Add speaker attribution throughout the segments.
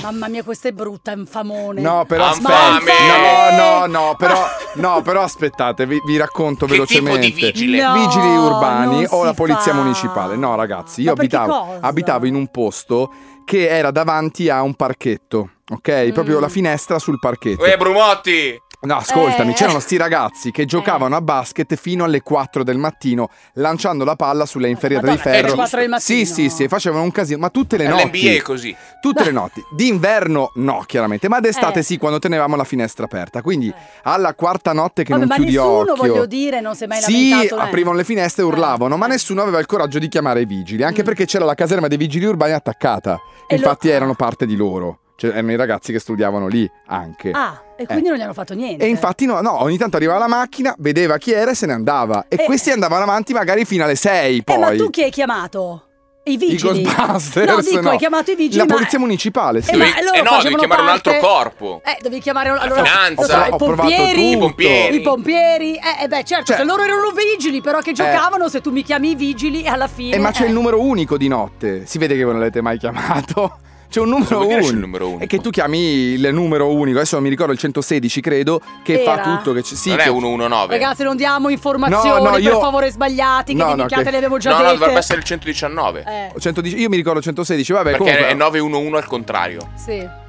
Speaker 1: Mamma mia, questa è brutta, infamone.
Speaker 2: No, però
Speaker 1: Ma
Speaker 2: aspetta.
Speaker 1: infame!
Speaker 2: No, no, no, però, no, però aspettate, vi, vi racconto
Speaker 3: Che
Speaker 2: velocemente.
Speaker 3: tipo di vigile? No,
Speaker 2: Vigili urbani
Speaker 1: non
Speaker 2: o la
Speaker 1: si
Speaker 2: polizia
Speaker 1: fa.
Speaker 2: municipale. No, ragazzi,
Speaker 1: Ma
Speaker 2: io
Speaker 1: perché
Speaker 2: abitavo,
Speaker 1: cosa?
Speaker 2: abitavo in un posto che era davanti a un parchetto, ok? Proprio
Speaker 1: Mm.
Speaker 2: la finestra sul parchetto.
Speaker 3: Uè, Eh, Brumotti!
Speaker 2: No, ascoltami,
Speaker 1: Eh.
Speaker 2: c'erano sti ragazzi che giocavano a basket fino alle 4 del mattino lanciando la palla sulla inferia
Speaker 1: Madonna,
Speaker 2: del ferro.
Speaker 1: alle 4 del mattino.
Speaker 2: Sì, sì, sì, e facevano un casino, ma tutte le
Speaker 3: L'NBA
Speaker 2: notti.
Speaker 3: è così.
Speaker 2: Tutte le notti. D'inverno no, chiaramente, ma d'estate
Speaker 1: Eh.
Speaker 2: sì, quando tenevamo la finestra aperta. Quindi alla quarta notte che
Speaker 1: Vabbè,
Speaker 2: non
Speaker 1: ma
Speaker 2: chiudi
Speaker 1: nessuno,
Speaker 2: occhio.
Speaker 1: voglio dire, non si è mai
Speaker 2: sì,
Speaker 1: lamentato, eh.
Speaker 2: aprivano le finestre e
Speaker 1: Eh.
Speaker 2: urlavano, ma nessuno aveva il coraggio di chiamare i vigili, anche
Speaker 1: Mm.
Speaker 2: perché c'era la caserma dei vigili urbani attaccata.
Speaker 1: E lo-
Speaker 2: Infatti erano parte di loro. Cioè, erano i ragazzi che studiavano lì anche.
Speaker 1: Ah, e quindi non gli hanno fatto niente.
Speaker 2: Eh. E infatti no, no, ogni tanto arrivava la macchina, vedeva chi era e se ne andava. E
Speaker 1: Eh.
Speaker 2: questi andavano avanti magari fino alle 6
Speaker 1: Eh,
Speaker 2: poi.
Speaker 1: ma tu chi hai chiamato? I
Speaker 2: I
Speaker 1: vigili.
Speaker 2: Ghostbusters.
Speaker 1: No, dico,
Speaker 2: no.
Speaker 1: hai chiamato i vigili,
Speaker 2: La
Speaker 1: ma-
Speaker 2: polizia municipale, sì.
Speaker 1: Eh, ma loro
Speaker 3: eh no, devi
Speaker 1: facevano
Speaker 3: chiamare un altro
Speaker 1: parte-
Speaker 3: corpo.
Speaker 1: Eh, devi chiamare allora,
Speaker 3: finanza.
Speaker 1: lo so,
Speaker 3: Ho
Speaker 1: i
Speaker 2: provato
Speaker 1: pompieri,
Speaker 2: tutto.
Speaker 3: I pompieri.
Speaker 1: i pompieri. Eh, eh, beh, certo,
Speaker 2: Cioè-
Speaker 1: se loro erano vigili, però che giocavano, se tu mi chiami i vigili alla fine.
Speaker 2: Eh, ma c'è
Speaker 1: eh.
Speaker 2: il numero unico di notte. Si vede che voi non l'avete mai chiamato. C'è un
Speaker 3: Cosa
Speaker 2: numero
Speaker 3: vuol dire c'è il
Speaker 2: unico.
Speaker 3: numero unico?
Speaker 2: È che tu chiami il numero unico, adesso non mi ricordo il 116 credo, che
Speaker 1: Era?
Speaker 2: fa tutto. Che c- sì,
Speaker 3: non
Speaker 2: che-
Speaker 3: è 119.
Speaker 1: Ragazzi, non diamo
Speaker 2: No,
Speaker 1: informazioni,
Speaker 2: no, io-
Speaker 1: per favore, sbagliati, che
Speaker 2: No,
Speaker 1: di
Speaker 2: no,
Speaker 1: minchiate
Speaker 2: che-
Speaker 1: le abbiamo già
Speaker 3: no, no,
Speaker 1: dette.
Speaker 3: dovrebbe essere il 119.
Speaker 1: Eh,
Speaker 2: 110 io mi ricordo 116, vabbè,
Speaker 3: perché
Speaker 2: comunque...
Speaker 3: è 911 al contrario.
Speaker 1: sì.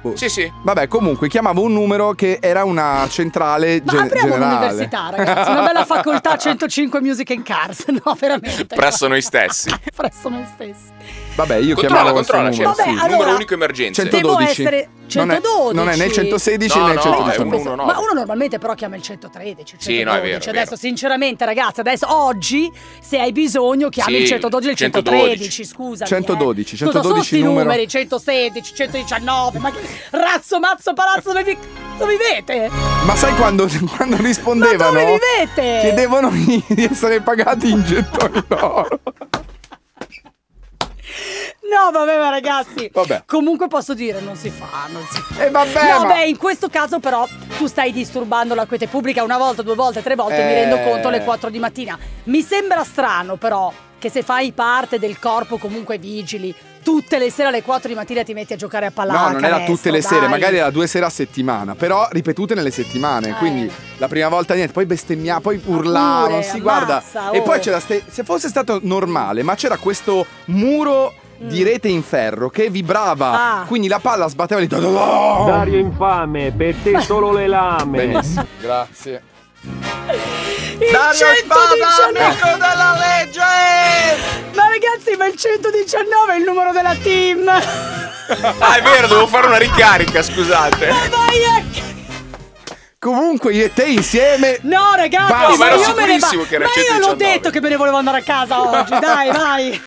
Speaker 2: boh.
Speaker 3: Sì, sì.
Speaker 2: Vabbè, comunque chiamavo un numero che era una centrale
Speaker 1: Ma
Speaker 2: ge-
Speaker 1: apriamo
Speaker 2: generale.
Speaker 1: un'università, ragazzi, una bella facoltà 105 Music and Cars, no, veramente.
Speaker 3: Presso noi stessi.
Speaker 1: Presso noi stessi.
Speaker 2: Vabbè, io
Speaker 3: controlla,
Speaker 2: chiamavo
Speaker 3: controlla,
Speaker 2: questo
Speaker 3: c'è
Speaker 2: numero,
Speaker 1: Vabbè,
Speaker 2: sì.
Speaker 1: allora-
Speaker 3: numero unico emergenze.
Speaker 1: Cento-
Speaker 2: 112.
Speaker 1: Devo essere
Speaker 2: Non è-
Speaker 1: 112.
Speaker 2: Non è, né 116
Speaker 3: No,
Speaker 2: né
Speaker 3: no,
Speaker 2: 119.
Speaker 3: è un
Speaker 1: Pensa-
Speaker 3: 119.
Speaker 1: Ma uno normalmente però chiama il 113, il 112.
Speaker 3: Sì, no, è vero, è vero.
Speaker 1: Adesso, sinceramente, ragazzi, adesso oggi se hai bisogno chiami
Speaker 3: Sì,
Speaker 1: il 112 e il
Speaker 3: 112.
Speaker 1: 113, scusa.
Speaker 2: 112,
Speaker 1: Cosa sono
Speaker 2: 112
Speaker 1: sti
Speaker 2: numero.
Speaker 1: numeri? 116, 119, ma che razzo mazzo palazzo dove, vi- dove vivete?
Speaker 2: Ma sai quando, quando rispondevano?
Speaker 1: Ma dove vivete?
Speaker 2: Chiedevano di di essere pagati in gettoni d'oro.
Speaker 1: No, vabbè, ma ragazzi.
Speaker 2: Vabbè.
Speaker 1: Comunque posso dire, non si fa, non si fa.
Speaker 2: E vabbè,
Speaker 1: no,
Speaker 2: ma-
Speaker 1: beh, in questo caso però tu stai disturbando la quiete pubblica una volta, due volte, tre volte, mi
Speaker 2: Eh.
Speaker 1: rendo conto alle 4 di mattina. Mi sembra strano però che se fai parte del corpo comunque vigili, tutte le sere alle 4 di mattina ti metti a giocare a pallacanestro.
Speaker 2: No, non era tutte le
Speaker 1: dai.
Speaker 2: sere, magari era due sere a settimana, però ripetute nelle settimane,
Speaker 1: Eh.
Speaker 2: quindi la prima volta niente, poi bestemmiava, poi urlavano,
Speaker 1: pure,
Speaker 2: si
Speaker 1: ammazza,
Speaker 2: guarda. E
Speaker 1: oh.
Speaker 2: poi c'era, ste- se fosse stato normale, ma c'era questo muro di rete in ferro che vibrava,
Speaker 1: Mm. Ah.
Speaker 2: quindi la palla sbatteva lì.
Speaker 4: Dario infame, per te solo le lame.
Speaker 2: Benissimo, grazie.
Speaker 1: Il 119
Speaker 3: della legge!
Speaker 1: Ma ragazzi, ma il 119 è il numero della team.
Speaker 3: Ah, è vero, devo fare una ricarica, scusate.
Speaker 1: Ma vai a c-
Speaker 2: Comunque io e te insieme
Speaker 1: No, ragazzi,
Speaker 2: Bravo,
Speaker 1: ma
Speaker 2: ero
Speaker 1: io me ne va-
Speaker 3: sicurissimo che era
Speaker 1: Ma io l'ho
Speaker 3: 119.
Speaker 1: detto che me ne volevo andare a casa oggi, dai, vai.